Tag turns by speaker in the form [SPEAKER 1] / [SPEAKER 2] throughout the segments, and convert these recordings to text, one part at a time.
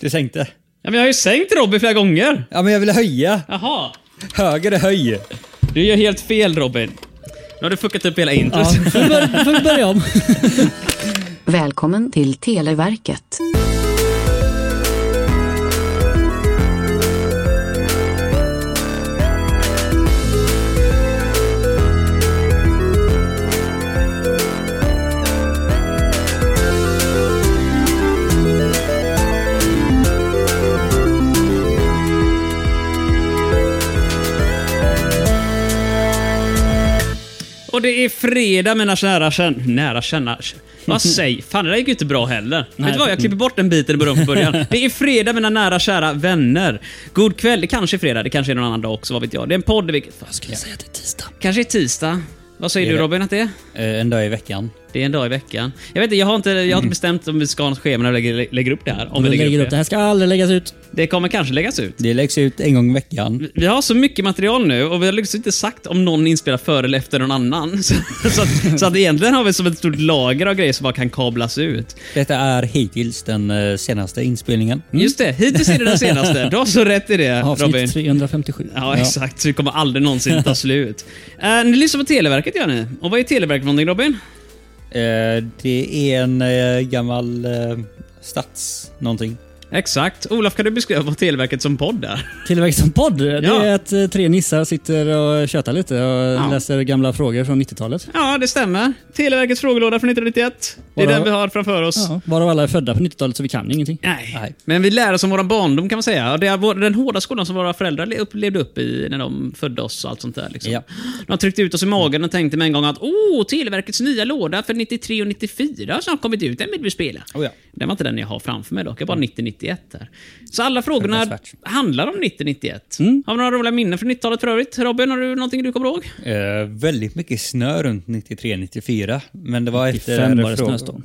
[SPEAKER 1] Du sänkte.
[SPEAKER 2] Ja, men jag har ju sänkt Robin flera gånger.
[SPEAKER 1] Ja, men jag ville höja.
[SPEAKER 2] Jaha.
[SPEAKER 1] Högre höj.
[SPEAKER 2] Du gör helt fel Robin. Nu har du fuckat upp hela introt.
[SPEAKER 3] Ja, får vi börja, får vi börja om?
[SPEAKER 4] Välkommen till Televerket.
[SPEAKER 2] Och det är fredag mina kära känn... Nära känna... Vad säg? Fan, det där gick ju inte bra heller. Vet du vad? Jag klipper bort den biten i början från början. Det är fredag mina nära kära vänner. God kväll. Det kanske är fredag, det kanske är någon annan dag också, vad vet jag. Det är en podd där vi... Vad skulle jag säga?
[SPEAKER 3] Det är tisdag.
[SPEAKER 2] Kanske är tisdag. Vad säger
[SPEAKER 1] Det är
[SPEAKER 2] du
[SPEAKER 1] det.
[SPEAKER 2] Robin att det är?
[SPEAKER 1] Eh, En dag i veckan.
[SPEAKER 2] Det är en dag i veckan. Jag vet inte, jag har inte, jag har inte bestämt om vi ska ha något schema när vi lägger, lägger upp det här. Om
[SPEAKER 3] Mm. Vi lägger upp det. här ska aldrig läggas ut.
[SPEAKER 2] Det kommer kanske läggas ut.
[SPEAKER 1] Det läggs ut en gång i veckan.
[SPEAKER 2] Vi har så mycket material nu och vi har liksom inte sagt om någon inspelar före eller efter någon annan. Så, så, att, så att egentligen har vi som ett stort lager av grejer som bara kan kablas ut.
[SPEAKER 1] Detta är hittills den eh, senaste inspelningen.
[SPEAKER 2] Just det, hittills är det den senaste. Du har så rätt i det
[SPEAKER 3] Avsnitt
[SPEAKER 2] Robin.
[SPEAKER 3] 357.
[SPEAKER 2] Ja, exakt. Så vi kommer aldrig någonsin ta slut. Uh, ni lyssnar på Televerket gör ni. Och vad är Televerket för någonting Robin?
[SPEAKER 1] Eh, Det är en eh, gammal eh, stats... någonting.
[SPEAKER 2] Exakt. Olof, kan du beskriva vad Televerket som podd är?
[SPEAKER 3] Tillväxt som podd. Det
[SPEAKER 2] Ja.
[SPEAKER 3] är att eh, tre nissar sitter och tjötar lite och läser gamla frågor från 90-talet.
[SPEAKER 2] Ja, det stämmer. Televerkets frågelåda från 1991. Det är
[SPEAKER 3] Vadå?
[SPEAKER 2] den vi har framför oss.
[SPEAKER 3] Ja, varav alla är födda på 90-talet så vi kan ingenting.
[SPEAKER 2] Nej.
[SPEAKER 1] Nej.
[SPEAKER 2] Men vi lär oss om våran barndom kan man säga. Och Det är vår, den hårda skolan som våra föräldrar le- upp- levde upp i när de födde oss och allt sånt där. Liksom.
[SPEAKER 1] Ja.
[SPEAKER 2] De tryckte ut oss i magen och tänkte med en gång att åh, Televerkets nya låda för 93 och 94 har snart kommit ut. Den vill vi spela.
[SPEAKER 1] Oh ja.
[SPEAKER 2] Den var inte den jag har framför mig dock. Jag har bara 90-91 där. Så alla frågorna
[SPEAKER 1] Fruktansvärt.
[SPEAKER 2] handlar om 90-91. Har vi några roliga minnen från 90-talet för övrigt? Robin, har du någonting du kommer ihåg?
[SPEAKER 1] Eh, väldigt mycket snö runt 93-94. Men det var eh, efter...
[SPEAKER 3] Fem var det
[SPEAKER 1] från-
[SPEAKER 3] snöstorm.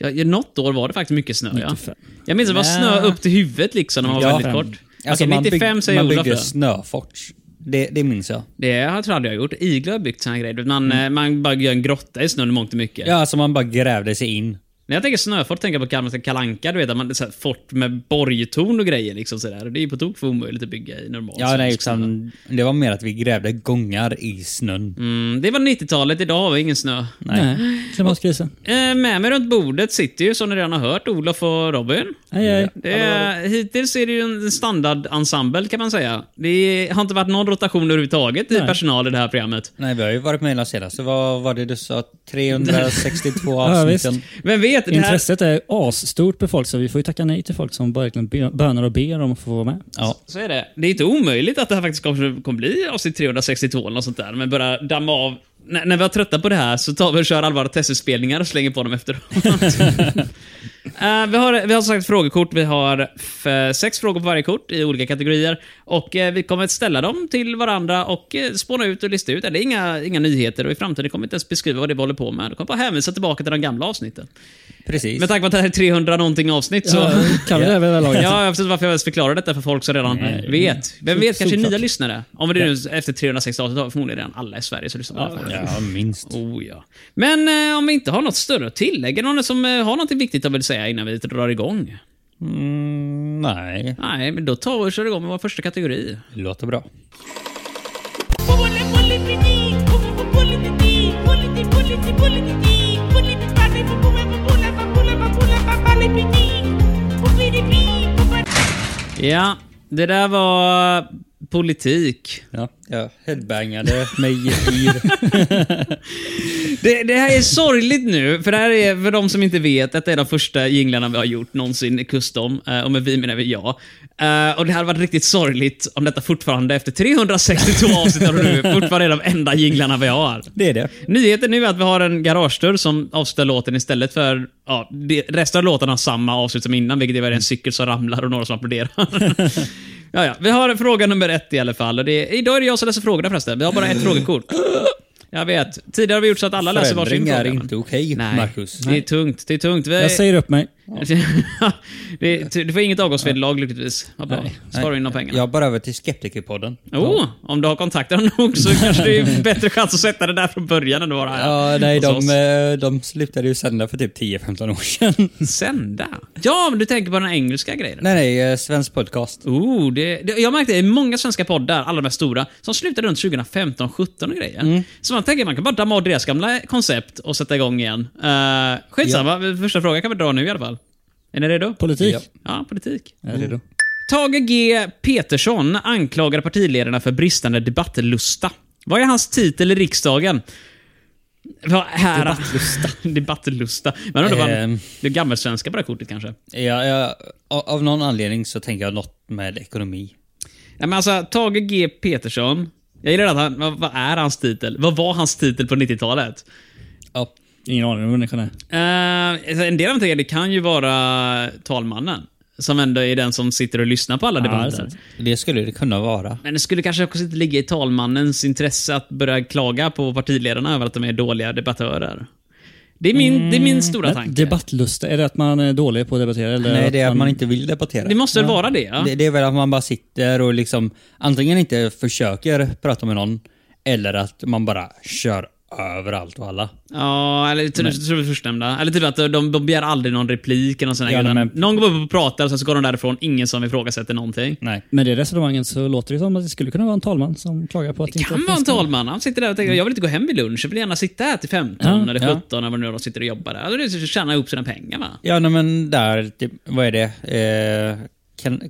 [SPEAKER 2] Ja, i något år var det faktiskt mycket snö. Ja.
[SPEAKER 3] 95.
[SPEAKER 2] Jag minns att det var snö upp till huvudet liksom. när man var
[SPEAKER 1] Ja.
[SPEAKER 2] väldigt kort.
[SPEAKER 1] Alltså,
[SPEAKER 2] Okej,
[SPEAKER 1] man bygg-
[SPEAKER 2] 95 säger
[SPEAKER 1] Man
[SPEAKER 2] Olof.
[SPEAKER 1] byggde
[SPEAKER 2] då.
[SPEAKER 1] snöfort. Det, det minns jag.
[SPEAKER 2] Det har- tror jag aldrig jag har gjort. Iglo har byggt såna här grejer. Man, eh, man bara gör en grotta i snön i mångt och mycket.
[SPEAKER 1] Mm. Ja, alltså man bara grävde sig in.
[SPEAKER 2] När jag tänker snöfort tänker jag på gamla kalanka du vet. att Man, så här, fort med borgtorn och grejer. Liksom, så där. Och det är ju på tok för omöjligt att bygga i normal
[SPEAKER 1] Ja,
[SPEAKER 2] svensk
[SPEAKER 1] nej,
[SPEAKER 2] snö.
[SPEAKER 1] utan det var mer att vi grävde gångar i snön.
[SPEAKER 2] Mm, det var 90-talet. Idag har vi ingen snö.
[SPEAKER 3] Nej, klimatkrisen.
[SPEAKER 2] Eh, med mig runt bordet sitter ju, som ni redan har hört, Olof och Robin.
[SPEAKER 3] Hej, hej.
[SPEAKER 2] Det är, hittills är det ju en standardensemble kan man säga. Det har inte varit någon rotation överhuvudtaget i personal i det här programmet.
[SPEAKER 1] Nej, vi har ju varit med hela senaste. Vad var det du sa? 362
[SPEAKER 3] Ja, visst.
[SPEAKER 1] avsnitten.
[SPEAKER 2] Vem vet? Det här,
[SPEAKER 3] Intresset är asstort på folk, så vi får ju tacka nej till folk som verkligen be- bönar och ber om att få vara med.
[SPEAKER 1] Ja,
[SPEAKER 2] Så är det. Det är inte omöjligt att det här faktiskt kommer, kommer bli avsnitt 362 eller något sånt där, men bara damma av. När, när vi har tröttnat på det här så tar vi och kör allvarliga testutspelningar och slänger på dem efteråt. Eh, vi, har, vi har som sagt frågekort. Vi har f- sex frågor på varje kort i olika kategorier. Och eh, Vi kommer att ställa dem till varandra och eh, spåna ut och lista ut. Eh, Det är inga, inga nyheter och i framtiden kommer vi inte ens beskriva vad det är vi håller på med. Då kommer bara hänvisa tillbaka till de gamla avsnitten.
[SPEAKER 1] precis.
[SPEAKER 2] Med tanke på att det här är 300 någonting avsnitt så...
[SPEAKER 3] Så kan vi det vid det här laget.
[SPEAKER 2] Ja, jag förstår varför jag ens förklarar detta för folk som redan vet. Vem vet, kanske
[SPEAKER 3] såklart.
[SPEAKER 2] nya lyssnare. Om det är nu efter 360 avsnitt har förmodligen redan alla i Sverige som lyssnar på det här.
[SPEAKER 1] Ja, minst.
[SPEAKER 2] Oh, ja. Men eh, om vi inte har något större att tillägga, någon som eh, har något viktigt att vill säga innan vi drar igång?
[SPEAKER 1] Mm, nej,
[SPEAKER 2] Nej, men då tar vi och kör igång med vår första kategori.
[SPEAKER 1] det låter bra.
[SPEAKER 2] Ja, det där var politik.
[SPEAKER 1] Ja, jag headbangade mig yr.
[SPEAKER 2] Det, det här är sorgligt nu, för det här är, för de som inte vet, detta är de första jinglarna vi har gjort någonsin i Custom. Eh, Och med vi menar vi jag. Eh, Och det här hade varit riktigt sorgligt om detta fortfarande, efter 362 avsnitt av det nu, fortfarande är de enda jinglarna vi har.
[SPEAKER 1] Det är det.
[SPEAKER 2] Nyheten nu är att vi har en garagedörr som avslutar låten istället för... Ja, det- resten av låtarna har samma avslut som innan, vilket är väl en cykel som ramlar och några som applåderar. ja, ja. Vi har fråga nummer ett i alla fall. Och det, idag är det jag som läser frågorna förresten. Vi har bara ett frågekort. Jag vet. Tidigare har vi gjort så att alla läser varsin
[SPEAKER 1] Förändring
[SPEAKER 2] fråga.
[SPEAKER 1] är inte okej,
[SPEAKER 2] Nej,
[SPEAKER 1] Marcus.
[SPEAKER 2] det är tungt. Det är tungt. Vi,
[SPEAKER 3] Jag säger upp mig.
[SPEAKER 2] det, du får inget avgångsvederlag lyckligtvis. Vad bra. Sparar in de pengarna.
[SPEAKER 1] Jag bara över till Skeptikerpodden.
[SPEAKER 2] Oh, om du har kontakter nog så kanske det är bättre chans att sätta det där från början än det var här.
[SPEAKER 1] Ja, nej,
[SPEAKER 2] hos
[SPEAKER 1] de,
[SPEAKER 2] oss.
[SPEAKER 1] eh, de slutade ju sända för typ 10-15 år sedan.
[SPEAKER 2] Sända? Ja, men du tänker på den engelska grejen?
[SPEAKER 1] nej, nej, eh, svensk podcast.
[SPEAKER 2] Oh, det, det, jag märkte det i många svenska poddar, alla de här stora, som slutade runt 2015, 17 och grejer.
[SPEAKER 3] Mm.
[SPEAKER 2] Så man tänker man kan bara damma av deras gamla koncept och sätta igång igen. Uh, skitsamma, första frågan kan vi dra nu i alla fall. Är ni redo?
[SPEAKER 3] Politik.
[SPEAKER 1] Ja.
[SPEAKER 2] ja, politik.
[SPEAKER 3] Jag är redo.
[SPEAKER 2] Tage G Peterson anklagar partiledarna för bristande debattlusta. Vad är hans titel i riksdagen? Vad här? Debattlusta. debattlusta. Men undrar vad han-
[SPEAKER 1] Ehm.
[SPEAKER 2] Det är gammelsvenska på det här kortet kanske.
[SPEAKER 1] Ja, ja, a- av någon anledning så tänker jag något med ekonomi.
[SPEAKER 2] Nej, men alltså, Tage G Peterson. Jag gillar att han, vad, vad är hans titel? Vad var hans titel på 90-talet?
[SPEAKER 1] Ja,
[SPEAKER 3] Ingen aning om vem människan är.
[SPEAKER 2] Eh, en del av det kan ju vara talmannen. Som ändå är den som sitter och lyssnar på alla
[SPEAKER 3] Ja, det är
[SPEAKER 2] debatter.
[SPEAKER 3] sant.
[SPEAKER 1] det skulle det kunna vara.
[SPEAKER 2] Men det skulle kanske också inte ligga i talmannens intresse att börja klaga på partiledarna över att de är dåliga debattörer. Det är min, det är min stora
[SPEAKER 3] Men
[SPEAKER 2] tanke.
[SPEAKER 3] Debattlusta, är det att man är dålig på att debattera? Eller
[SPEAKER 1] Nej, det är att man inte vill debattera.
[SPEAKER 2] Det måste väl vara det? Ja?
[SPEAKER 1] Det, det är väl att man bara sitter och liksom antingen inte försöker prata med någon eller att man bara kör över allt och alla.
[SPEAKER 2] Ja, eller tror tror du förstnämnda. Eller typ att de, de begär aldrig någon replik eller någon sån här
[SPEAKER 1] Ja,
[SPEAKER 2] grej.
[SPEAKER 1] men-
[SPEAKER 2] Någon går upp och pratar och sen så går de därifrån. Ingen som ifrågasätter någonting.
[SPEAKER 1] Nej.
[SPEAKER 3] Med det resonemanget så låter det som att det skulle kunna vara en talman som klagar på att det
[SPEAKER 2] Det
[SPEAKER 3] inte
[SPEAKER 2] kan vara en
[SPEAKER 3] finns någon.
[SPEAKER 2] talman. Han sitter där och tänker jag vill inte gå hem vid lunch. Jag vill gärna sitta här till 15
[SPEAKER 3] Ja,
[SPEAKER 2] eller
[SPEAKER 1] ja.
[SPEAKER 2] 17 eller vad nu de sitter och jobbar där. Eller det är tjäna ihop sina pengar va?
[SPEAKER 1] Ja, nej, men där, typ, vad är det? Eh, kan,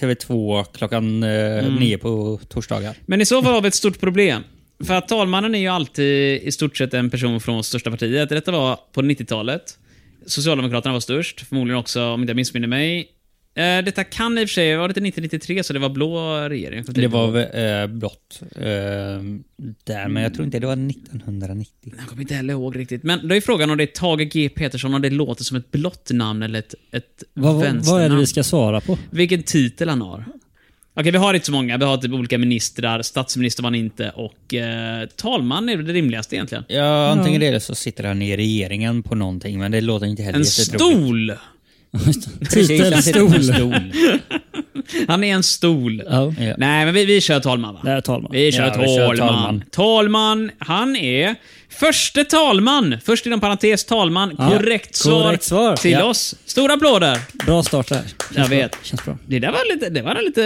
[SPEAKER 1] TV2 klockan eh, nio på torsdagar.
[SPEAKER 2] Men i så fall har vi ett stort problem. För att talmannen är ju alltid i stort sett en person från största partiet. Detta var på 90-talet. Socialdemokraterna var störst, förmodligen också, om inte jag missminner mig. Eh, Detta kan i och för sig, var det inte 1993 så det var blå regering?
[SPEAKER 1] Det var väl, eh, blått eh, där, men jag tror inte det var 1990.
[SPEAKER 2] Jag kommer inte heller ihåg riktigt. Men då är frågan om det är Tage G Peterson, om det låter som ett blått namn eller ett, ett
[SPEAKER 3] Vad, vad, vad är det
[SPEAKER 2] vänsternamn.
[SPEAKER 3] vi ska svara på?
[SPEAKER 2] Vilken titel han har. Okej, vi har inte så många. Vi har typ olika ministrar, statsminister var han inte och eh, talman är väl det rimligaste egentligen.
[SPEAKER 1] Ja, antingen det eller så sitter han i regeringen på någonting, men det låter inte heller
[SPEAKER 2] En
[SPEAKER 1] jätteroligt.
[SPEAKER 2] stol!
[SPEAKER 1] Precis,
[SPEAKER 3] Titel,
[SPEAKER 1] han sitter på en
[SPEAKER 3] stol.
[SPEAKER 1] stol.
[SPEAKER 2] Han är en stol.
[SPEAKER 3] Ja.
[SPEAKER 1] Ja.
[SPEAKER 2] Nej, men vi, vi kör talman va?
[SPEAKER 3] Det är talman.
[SPEAKER 2] Vi kör,
[SPEAKER 1] Ja, vi
[SPEAKER 2] talman.
[SPEAKER 1] kör
[SPEAKER 2] talman.
[SPEAKER 1] talman.
[SPEAKER 2] han är förste talman. Först inom parentes talman. Korrekt, svar
[SPEAKER 3] Korrekt svar.
[SPEAKER 2] till
[SPEAKER 3] Ja.
[SPEAKER 2] oss. Stora applåder.
[SPEAKER 3] Bra start där. Känns
[SPEAKER 2] Jag
[SPEAKER 3] bra.
[SPEAKER 2] vet.
[SPEAKER 3] Känns bra.
[SPEAKER 2] Det där var lite... Det var lite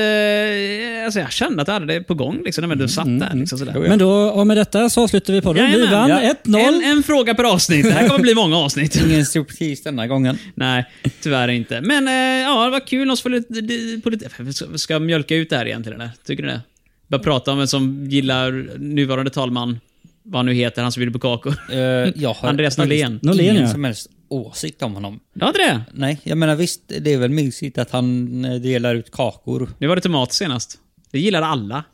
[SPEAKER 2] eh, alltså jag kände att jag hade det på gång liksom, när du satt där. Liksom, sådär.
[SPEAKER 3] Men då, och med detta så avslutar vi podden. Vi
[SPEAKER 2] Jajamän.
[SPEAKER 3] vann
[SPEAKER 2] Ja.
[SPEAKER 3] 1-0.
[SPEAKER 2] En, en fråga per avsnitt. Det här kommer bli många avsnitt.
[SPEAKER 1] Ingen striptease denna gången.
[SPEAKER 2] Nej, tyvärr inte. Men eh, ja, det var kul att få lite... eh, di- på lite- Ska, ska jag mjölka ut det här egentligen eller? Tycker ni det? Bara prata om vem som gillar nuvarande talman. Vad han nu heter, han som bjuder på kakor.
[SPEAKER 1] Eh, jag har
[SPEAKER 2] Andreas
[SPEAKER 1] faktiskt
[SPEAKER 2] Norlén.
[SPEAKER 3] Norlén,
[SPEAKER 1] ingen
[SPEAKER 3] ja.
[SPEAKER 1] som helst åsikt om honom.
[SPEAKER 2] Det var inte det?
[SPEAKER 1] Nej, jag menar visst, det är väl mysigt att han eh, delar ut kakor.
[SPEAKER 2] Nu var det tomat senast. Det gillar alla.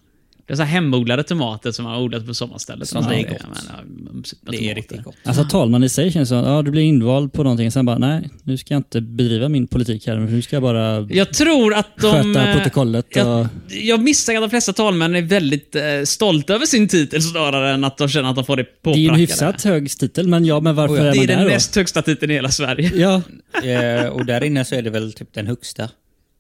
[SPEAKER 2] Det är så här hemodlade tomater som man har odlat på sommarstället.
[SPEAKER 1] Sånt
[SPEAKER 2] Ja,
[SPEAKER 1] är
[SPEAKER 2] det-
[SPEAKER 1] gott.
[SPEAKER 2] ja, men, ja, mums-
[SPEAKER 1] Det
[SPEAKER 2] tomater.
[SPEAKER 1] är riktigt gott.
[SPEAKER 3] Alltså talman i sig känns som att ja, du blir invald på någonting, sen bara nej, nu ska jag inte bedriva min politik här, men nu ska jag bara...
[SPEAKER 2] Jag tror att de...
[SPEAKER 3] Sköta
[SPEAKER 2] eh,
[SPEAKER 3] protokollet
[SPEAKER 2] Jag,
[SPEAKER 3] och-
[SPEAKER 2] jag misstänker att de flesta talmän är väldigt eh, stolta över sin titel snarare än att de känner att de får det
[SPEAKER 3] Det är ju
[SPEAKER 2] påprackade.
[SPEAKER 3] en hyfsat hög titel, men ja, men varför
[SPEAKER 1] Oh ja,
[SPEAKER 3] är
[SPEAKER 2] Det
[SPEAKER 3] man
[SPEAKER 2] är den
[SPEAKER 3] där
[SPEAKER 2] näst högsta titeln i hela Sverige.
[SPEAKER 3] då? Ja,
[SPEAKER 1] Eh, och där inne så är det väl typ den högsta.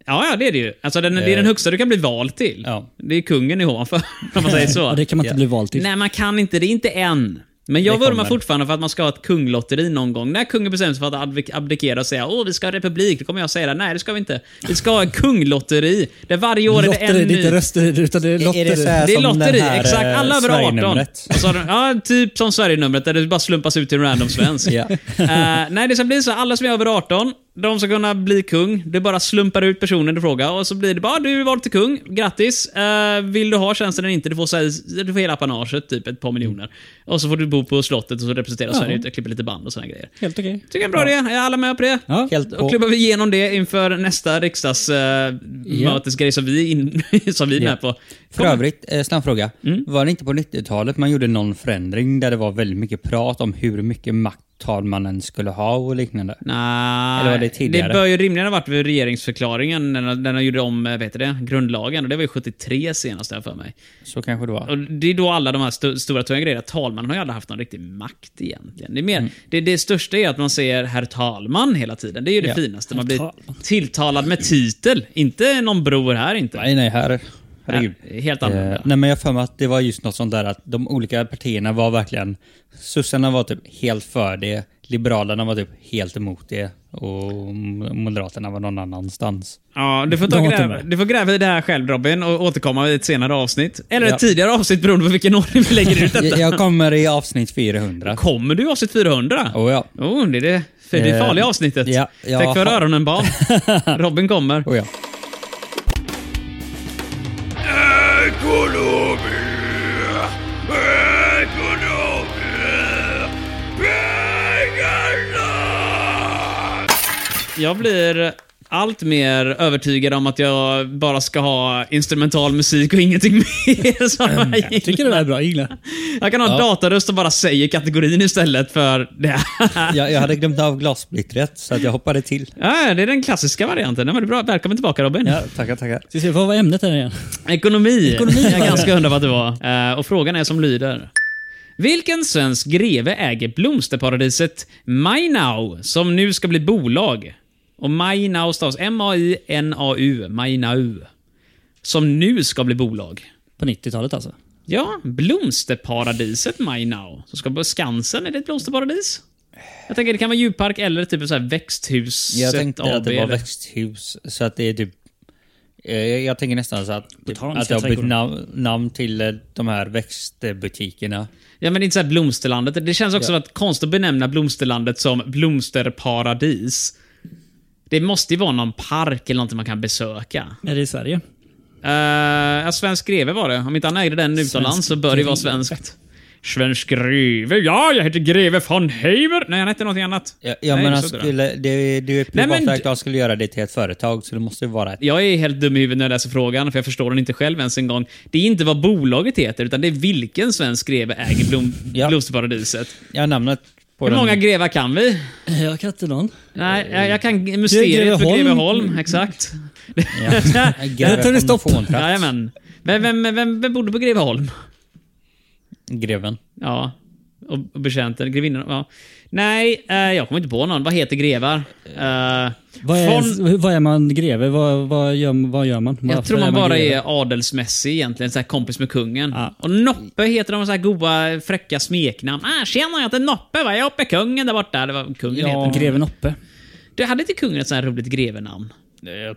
[SPEAKER 2] Ja, ja det är det ju. Alltså, den, det är
[SPEAKER 3] Eh.
[SPEAKER 2] den högsta du kan bli vald till.
[SPEAKER 1] Ja.
[SPEAKER 2] Det är kungen i ovanför, om man säger så.
[SPEAKER 3] och det kan man inte
[SPEAKER 1] Ja.
[SPEAKER 3] bli vald till.
[SPEAKER 2] Nej, man kan inte det. Inte än. Men jag
[SPEAKER 1] Det
[SPEAKER 2] vurmar
[SPEAKER 1] kommer.
[SPEAKER 2] fortfarande för att man ska ha ett kunglotteri någon gång. När kungen bestämmer sig för att abdik- abdikera och säga åh, vi ska ha republik, då kommer jag säga det. Nej, det ska vi inte. Vi ska ha ett kunglotteri, där varje år är det
[SPEAKER 3] Lotteri,
[SPEAKER 2] en
[SPEAKER 3] det är
[SPEAKER 2] ny...
[SPEAKER 3] inte röster utan det är
[SPEAKER 1] Är-
[SPEAKER 3] lotteri.
[SPEAKER 1] är det så här
[SPEAKER 2] Det är
[SPEAKER 1] som den
[SPEAKER 2] lotteri,
[SPEAKER 1] här, eh,
[SPEAKER 2] exakt. Alla över 18.
[SPEAKER 1] Sverigenumret?
[SPEAKER 2] Och så har de, ja, typ som Sverigenumret, där det bara slumpas ut till en random svensk.
[SPEAKER 1] Ja.
[SPEAKER 2] Eh, nej, det ska bli så. Alla som är över 18, de ska kunna bli kung. Du bara slumpar ut personen du frågar och så blir det bara du är vald till kung. Grattis! Eh, vill du ha tjänsten eller inte? Du får, så här, du får hela apanaget, typ ett par miljoner. Och så får du bo på slottet och så representera
[SPEAKER 3] Ja.
[SPEAKER 2] Sverige ut och klippa lite band och såna grejer.
[SPEAKER 3] Helt okej.
[SPEAKER 2] Tycker jag är en bra idé. Är alla med på det?
[SPEAKER 3] Ja.
[SPEAKER 1] Helt
[SPEAKER 2] Och
[SPEAKER 1] på.
[SPEAKER 2] klubbar vi igenom det inför nästa riksdagsmötesgrej som vi, in, som vi är med på.
[SPEAKER 1] För
[SPEAKER 2] Kom.
[SPEAKER 1] övrigt, eh, snabb fråga. Var det inte på 90-talet man gjorde någon förändring där det var väldigt mycket prat om hur mycket makt talmannen skulle ha och liknande.
[SPEAKER 2] Nej,
[SPEAKER 1] Eller var det tidigare?
[SPEAKER 2] det bör ju rimligen ha varit vid regeringsförklaringen när de- när de gjorde om eh, vad heter det, grundlagen. Och det var ju 73 senast här för mig.
[SPEAKER 1] Så kanske det var.
[SPEAKER 2] Och det är då alla de här st- stora tunga grejerna. Talmannen har ju aldrig haft någon riktig makt egentligen. Det, är
[SPEAKER 1] Mm.
[SPEAKER 2] mer, det, det största är att man säger herr talman hela tiden. Det är ju det
[SPEAKER 1] Ja.
[SPEAKER 2] finaste. Man
[SPEAKER 3] Herr
[SPEAKER 2] blir
[SPEAKER 3] talman.
[SPEAKER 2] tilltalad med titel. Inte någon bror här inte.
[SPEAKER 1] Nej, nej, här. Herregud.
[SPEAKER 2] Nej, helt annorlunda.
[SPEAKER 1] Eh, nej, men jag har för mig att det var just något sånt där att de olika partierna var verkligen... Sossarna var typ helt för det, Liberalerna var typ helt emot det och M- Moderaterna var någon annanstans.
[SPEAKER 2] Ja, du får, ta
[SPEAKER 3] De var inte
[SPEAKER 2] gräva,
[SPEAKER 3] med.
[SPEAKER 2] du får gräva i det här själv Robin och återkomma i ett senare avsnitt. Eller
[SPEAKER 1] Ja.
[SPEAKER 2] ett tidigare avsnitt beroende på vilken ordning vi lägger ut
[SPEAKER 1] Jag,
[SPEAKER 2] detta.
[SPEAKER 1] jag kommer i avsnitt 400.
[SPEAKER 2] Kommer du i avsnitt 400?
[SPEAKER 1] Oh, ja.
[SPEAKER 2] Oh, det är det, för det
[SPEAKER 1] Eh,
[SPEAKER 2] farliga avsnittet.
[SPEAKER 1] ja, jag
[SPEAKER 2] Täck för
[SPEAKER 1] har-
[SPEAKER 2] öronen barn. Robin kommer.
[SPEAKER 1] Oh, ja.
[SPEAKER 2] Jag blir allt mer övertygad om att jag bara ska ha instrumental musik och ingenting mer. Så jag,
[SPEAKER 3] Jag tycker det där är bra, jag gillar det.
[SPEAKER 2] jag kan ha
[SPEAKER 1] Mm, Ja.
[SPEAKER 2] dataröst och bara säga kategorin istället för det här.
[SPEAKER 1] jag, jag hade glömt av glassplittret så att jag hoppade till.
[SPEAKER 2] Ja, det är den klassiska varianten. Den var bra. Välkommen tillbaka Robin.
[SPEAKER 1] Ja, tackar, tackar.
[SPEAKER 3] Ska vi se, vad var ämnet där igen?
[SPEAKER 2] Ekonomi.
[SPEAKER 3] Ekonomi
[SPEAKER 2] jag
[SPEAKER 3] var
[SPEAKER 2] är
[SPEAKER 3] det.
[SPEAKER 2] ganska undrar vad det var. Eh, och frågan är som lyder. Vilken svensk greve äger blomsterparadiset Mainau, som nu ska bli bolag? Och Mainau stavas M-A-I-N-A-U, Mainau. Som nu ska bli bolag.
[SPEAKER 3] På 90-talet alltså.
[SPEAKER 2] Ja, blomsterparadiset Mainau. Som ska på Skansen, är det ett blomsterparadis? Jag tänker det kan vara djurpark eller typ så här växthus.
[SPEAKER 1] Jag tänkte
[SPEAKER 2] AB,
[SPEAKER 1] att det var
[SPEAKER 2] eller-
[SPEAKER 1] växthus, så att det är typ... eh, Jag, jag tänker nästan så att, typ,
[SPEAKER 3] Botaniska
[SPEAKER 1] att jag har bytt
[SPEAKER 3] trädgården.
[SPEAKER 1] nam namn till eh, de här växtbutikerna.
[SPEAKER 2] Ja, men det är inte så här blomsterlandet. Det känns också som att konst att benämna blomsterlandet som blomsterparadis. Det måste ju vara någon park eller någonting man kan besöka.
[SPEAKER 3] Är det i Sverige?
[SPEAKER 2] Uh, ja, svensk greve var det. Om inte han ägde den utomlands så bör det ju vara
[SPEAKER 3] greve.
[SPEAKER 2] svenskt. Svensk greve? Ja, jag heter greve von Heimer. Nej, han hette någonting annat.
[SPEAKER 1] Ja, ja
[SPEAKER 2] Nej,
[SPEAKER 1] men
[SPEAKER 2] det
[SPEAKER 1] han
[SPEAKER 2] stod det.
[SPEAKER 1] skulle, det, du är
[SPEAKER 2] Nej, men
[SPEAKER 1] privatägt och han skulle göra det till ett företag, så det måste ju vara ett...
[SPEAKER 2] Jag är helt dum i huvudet när jag läser frågan, för jag förstår den inte själv ens en gång. Det är inte vad bolaget heter, utan det är vilken svensk greve äger blom-
[SPEAKER 1] Ja.
[SPEAKER 2] blomsterparadiset.
[SPEAKER 1] Jag har namnet på
[SPEAKER 2] Hur
[SPEAKER 1] den.
[SPEAKER 2] många grevar kan vi?
[SPEAKER 3] Jag kan inte någon.
[SPEAKER 2] Nej,
[SPEAKER 3] Eh,
[SPEAKER 2] jag, jag kan
[SPEAKER 3] Det är
[SPEAKER 2] mysteriet för
[SPEAKER 3] Greveholm.
[SPEAKER 2] Greveholm. Exakt.
[SPEAKER 1] Ja. Greve
[SPEAKER 3] Där tar det stopp.
[SPEAKER 1] Fonfontratt.
[SPEAKER 2] Jajamän. Vem, vem, vem, vem bodde på Greveholm?
[SPEAKER 1] Greven.
[SPEAKER 2] Ja. Och, och betjänten, grevinnan. Ja. Nej, eh, jag kommer inte på någon. Vad heter grevar? Eh,
[SPEAKER 3] Vad är,
[SPEAKER 2] von-
[SPEAKER 3] vad är man greve? Vad, vad, gör, vad gör man?
[SPEAKER 2] jag
[SPEAKER 3] Varför
[SPEAKER 2] tror man bara
[SPEAKER 3] greve?
[SPEAKER 2] är adelsmässig egentligen, så här kompis med kungen.
[SPEAKER 3] Ja.
[SPEAKER 2] Och Noppe heter de så här goa, fräcka smeknamn. Ah, tjena, jag heter Noppe, va? jag är uppe kungen där borta. Det var kungen
[SPEAKER 3] Ja,
[SPEAKER 2] heter.
[SPEAKER 3] greven Oppe.
[SPEAKER 2] Du hade inte kungen ett sånt här roligt grevenamn?
[SPEAKER 1] Jag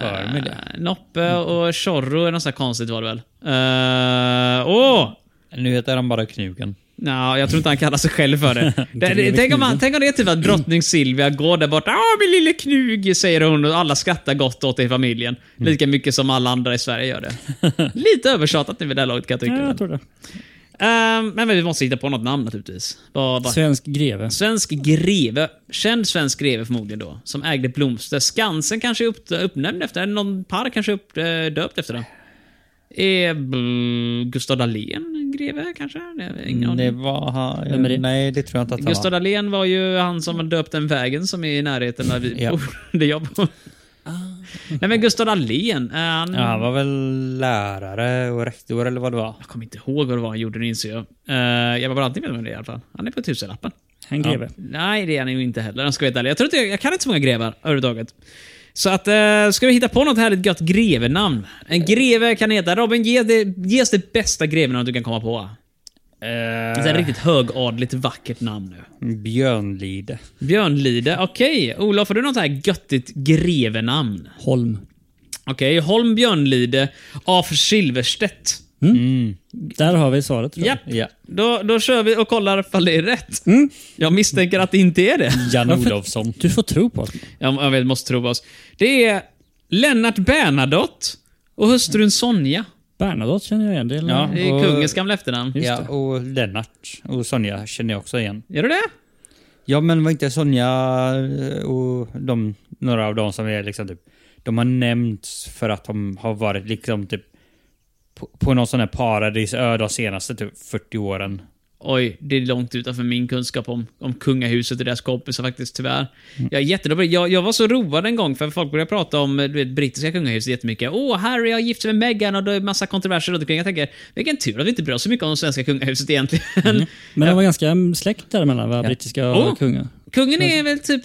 [SPEAKER 1] för mig det.
[SPEAKER 2] Eh, Noppe och Tjorro är något så här konstigt var det väl? Eh, Åh!
[SPEAKER 1] Nu heter han bara Knugen. Nå,
[SPEAKER 2] jag tror inte han kallar sig själv för det. det, det tänk, om han, tänk om det är typ att drottning Silvia går där borta. Åh, min lille knug, säger hon och alla skrattar gott åt det i familjen. Lika mycket som alla andra i Sverige gör det. Lite övertjatat nu vid det här laget kan jag tycka.
[SPEAKER 3] Ja, jag tror det.
[SPEAKER 2] Ehm, men, men vi måste hitta på något namn naturligtvis. Vad- vad-
[SPEAKER 3] Svensk greve.
[SPEAKER 2] Svensk greve, känd svensk greve förmodligen då, som ägde blomster. Skansen kanske är upp, uppnämnd efter, eller någon park kanske är upp, eh, döpt efter den. Är mm, Gustav Dahlén greve kanske? Det är Ingen aning.
[SPEAKER 1] Mm, Det var han...
[SPEAKER 3] Vem är det?
[SPEAKER 1] Nej, det tror jag inte att han
[SPEAKER 2] Gustav
[SPEAKER 1] var.
[SPEAKER 2] Dahlén var ju han som har döpt den vägen som är i närheten där vi
[SPEAKER 1] Ja.
[SPEAKER 2] bor. Där jag bor. Nej men Gustav Dahlén, eh, han...
[SPEAKER 1] Ja, han var väl lärare och rektor eller vad det var.
[SPEAKER 2] Jag kommer inte ihåg vad det var han gjorde, nu inser jag. Eh, jag var bara alltid med om det i alla fall. Han är på tusenlappen.
[SPEAKER 3] Han greve.
[SPEAKER 2] Nej, det är han ju inte heller. Jag ska vara helt ärlig. Jag tror inte, jag kan inte så många grevar överhuvudtaget. Så att, eh, ska vi hitta på något härligt gött grevenamn? En greve kan heta... Robin, ge det, ges det bästa grevenamn du kan komma på. Ett
[SPEAKER 1] Eh,
[SPEAKER 2] uh. riktigt högadligt vackert namn nu.
[SPEAKER 1] Björnlide.
[SPEAKER 2] Björnlide, okej. Olof, har du något här göttigt grevenamn?
[SPEAKER 3] Holm.
[SPEAKER 2] Okej, Holm Björnlide af Silverstedt.
[SPEAKER 3] Där har vi svaret. tror jag.
[SPEAKER 2] Japp.
[SPEAKER 1] Ja.
[SPEAKER 2] Då, då kör vi och kollar ifall det är rätt. Jag misstänker att det inte är det.
[SPEAKER 1] Mm. Jan
[SPEAKER 3] Varför-
[SPEAKER 1] Olofsson.
[SPEAKER 3] Du får tro på oss.
[SPEAKER 2] Jag, jag vet, måste tro på oss. Det är Lennart Bernadotte och hustrun Sonja.
[SPEAKER 3] Bernadotte känner jag igen. Det är
[SPEAKER 1] Ja.
[SPEAKER 2] Det är
[SPEAKER 1] Och-
[SPEAKER 2] kungens gamla efternamn.
[SPEAKER 3] Just
[SPEAKER 1] Ja,
[SPEAKER 3] det.
[SPEAKER 1] och Lennart och Sonja känner jag också igen.
[SPEAKER 2] Gör du det?
[SPEAKER 1] Ja, men var inte Sonja eh, och de, några av dem som är liksom typ... De har nämnts för att de har varit liksom typ på, på någon sån här paradisö de senaste typ 40 åren.
[SPEAKER 2] Oj, det är långt utanför min kunskap om, om kungahuset och deras kompisar faktiskt, tyvärr.
[SPEAKER 1] Mm.
[SPEAKER 2] Jag är jättedålig. Jag, jag var så road en gång, för folk började prata om du vet, brittiska kungahuset jättemycket. Åh, Harry har gift sig med Meghan och det är massa kontroverser runt omkring. Jag tänker, vilken tur att vi inte bryr oss så mycket om det svenska kungahuset egentligen.
[SPEAKER 1] Mm.
[SPEAKER 3] Men de var ganska släkt däremellan, va? brittiska och
[SPEAKER 2] Åh!
[SPEAKER 3] kungar.
[SPEAKER 2] Oh, Kungen är väl typ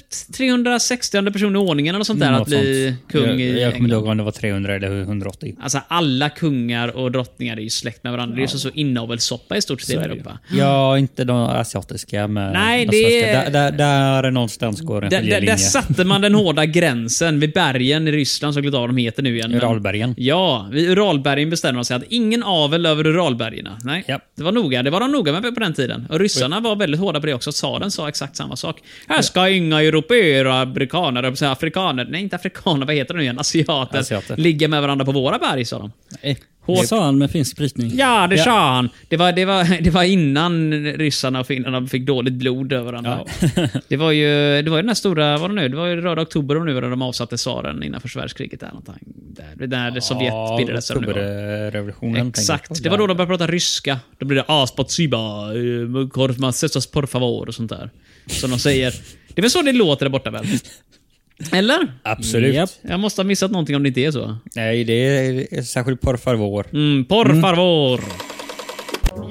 [SPEAKER 2] 360 person i ordningen eller sånt där,
[SPEAKER 3] Mm,
[SPEAKER 2] att
[SPEAKER 3] något
[SPEAKER 2] bli kung
[SPEAKER 1] jag,
[SPEAKER 2] i
[SPEAKER 1] jag kommer inte
[SPEAKER 2] England.
[SPEAKER 1] ihåg om det var 300 eller 180.
[SPEAKER 2] Alltså alla kungar och drottningar är ju släkt med varandra. Det är ju så, så inavelssoppa i stort sett i
[SPEAKER 3] är det ju.
[SPEAKER 2] Europa.
[SPEAKER 1] Ja, inte de asiatiska med
[SPEAKER 2] Nej,
[SPEAKER 1] de
[SPEAKER 2] det
[SPEAKER 1] svenska.
[SPEAKER 2] är-
[SPEAKER 1] Där, där, där någonstans går en
[SPEAKER 2] Där, där, där
[SPEAKER 1] skiljelinje.
[SPEAKER 2] satte man den hårda gränsen vid bergen i Ryssland, så jag glömde vad de heter nu igen. men-
[SPEAKER 1] Uralbergen.
[SPEAKER 2] Ja, vid Uralbergen bestämde man sig att ingen avel över Uralbergena. Nej,
[SPEAKER 1] Ja.
[SPEAKER 2] det var noga. Det var de noga med på den tiden. Och ryssarna var väldigt hårda på det också. Tsaren sa exakt samma sak. Här ska inga europeer och amerikaner, och så här afrikaner, nej inte afrikaner, vad heter de nu igen? Asiater.
[SPEAKER 1] Asiater.
[SPEAKER 2] Ligga med varandra på våra berg, sa de.
[SPEAKER 1] Nej.
[SPEAKER 3] Det sa han med finsk brytning.
[SPEAKER 2] Ja, det
[SPEAKER 1] Ja.
[SPEAKER 2] sa han. Det var, det, var, det var innan ryssarna och finnarna fick dåligt blod över varandra. det var ju det var ju den här stora, vad det nu, det var ju röda oktober om nu när de avsatte tsaren innanför världskriget. Där, någonting. där, där Sovjet bildades. eller vad det nu var.
[SPEAKER 1] Oktoberrevolutionen.
[SPEAKER 2] Exakt. Det var då de började prata ryska. Då blev det eh, aspotsiba, korvmassesas por favor och sånt där. Som de säger. Det är väl så det låter där borta väl? Eller?
[SPEAKER 1] Absolut.
[SPEAKER 3] Japp.
[SPEAKER 2] Jag måste ha missat någonting om det inte är så.
[SPEAKER 1] Nej, det är särskilt por favor.
[SPEAKER 2] Mm, por favor.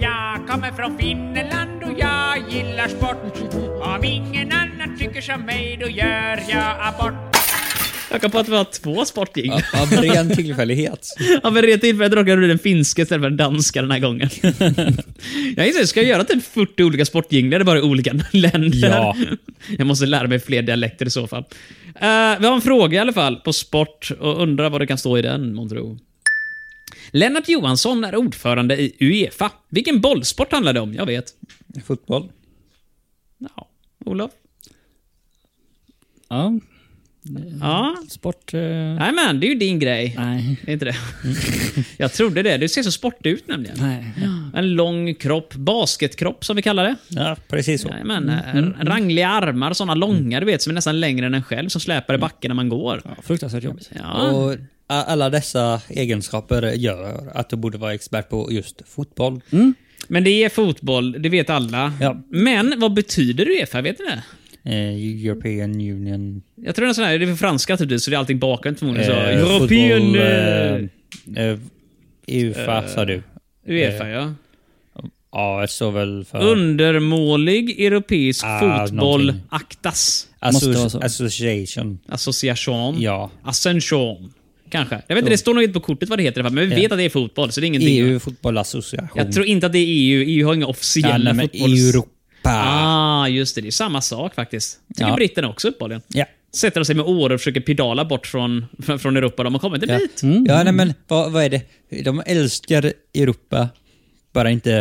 [SPEAKER 5] Jag kommer från Finland och jag gillar sport. Om ingen annan tycker som mig då gör jag abort.
[SPEAKER 2] Jag kom på att vi har två sportgig.
[SPEAKER 1] Av ren tillfällighet.
[SPEAKER 2] Av en ren tillfällighet råkade det bli den finska istället för den danska den här gången. jag inser, ska jag göra typ 40 olika sportjinglar det är bara i olika länder?
[SPEAKER 1] Ja.
[SPEAKER 2] Jag måste lära mig fler dialekter i så fall. Eh, vi har en fråga i alla fall på sport och undrar vad det kan stå i den, månntro. Lennart Johansson är ordförande i Uefa. Vilken bollsport handlar det om? Jag vet.
[SPEAKER 1] Fotboll.
[SPEAKER 2] Ja, Olof?
[SPEAKER 3] Ja,
[SPEAKER 2] Ja.
[SPEAKER 3] sport... eh,
[SPEAKER 2] Nej men, det är ju din grej.
[SPEAKER 3] Nej.
[SPEAKER 2] Det är inte det. jag trodde det. Du ser så sportig ut nämligen.
[SPEAKER 3] Nej.
[SPEAKER 2] En lång kropp, basketkropp som vi kallar det.
[SPEAKER 1] Ja, Mm, precis så.
[SPEAKER 2] Jajamän, eh, rangliga armar,
[SPEAKER 1] Mm.
[SPEAKER 2] sådana långa du vet, som är nästan längre än en själv, som släpar i backen när man går.
[SPEAKER 3] Ja, fruktansvärt jobbigt.
[SPEAKER 2] Ja.
[SPEAKER 1] Och a- alla dessa egenskaper gör att du borde vara expert på just fotboll.
[SPEAKER 3] Mm.
[SPEAKER 2] Men det är fotboll, det vet alla.
[SPEAKER 1] Ja.
[SPEAKER 2] Men vad betyder Uefa? Vet ni det?
[SPEAKER 1] Eh, European Union...
[SPEAKER 2] Jag tror det är, sån här, det är för franska naturligtvis, så det är allting bakvänt förmodligen. Så,
[SPEAKER 1] eh,
[SPEAKER 2] European...
[SPEAKER 1] fotboll,
[SPEAKER 2] eh,
[SPEAKER 1] eh, eh, Ufa, sa du.
[SPEAKER 2] Uefa, ja.
[SPEAKER 1] eh, Ja, så väl för...
[SPEAKER 2] Undermålig europeisk
[SPEAKER 1] Ah,
[SPEAKER 2] fotboll
[SPEAKER 1] någonting.
[SPEAKER 2] aktas.
[SPEAKER 1] Asso-
[SPEAKER 3] Måste vara så.
[SPEAKER 1] Association.
[SPEAKER 2] Association.
[SPEAKER 1] Ja.
[SPEAKER 2] Ascension. Kanske. Jag vet inte, det står nog inte på kortet vad det heter, men vi vet att det är fotboll, så det är ingenting.
[SPEAKER 1] EU E fotbollassociation.
[SPEAKER 2] Jag tror inte att det är E EU. EU har inga
[SPEAKER 1] Ja,
[SPEAKER 2] officiella
[SPEAKER 1] nej, men
[SPEAKER 2] fotbolls...
[SPEAKER 1] Europa.
[SPEAKER 2] Ah, just det. Det är samma sak faktiskt. tycker
[SPEAKER 1] Ja.
[SPEAKER 2] britterna också uppenbarligen.
[SPEAKER 1] Ja.
[SPEAKER 2] Sätter de sig med år och försöker pedala bort från, från- från Europa. De har kommit en
[SPEAKER 1] Ja,
[SPEAKER 2] bit.
[SPEAKER 1] ja nej, men vad, vad är det? De älskar Europa, bara inte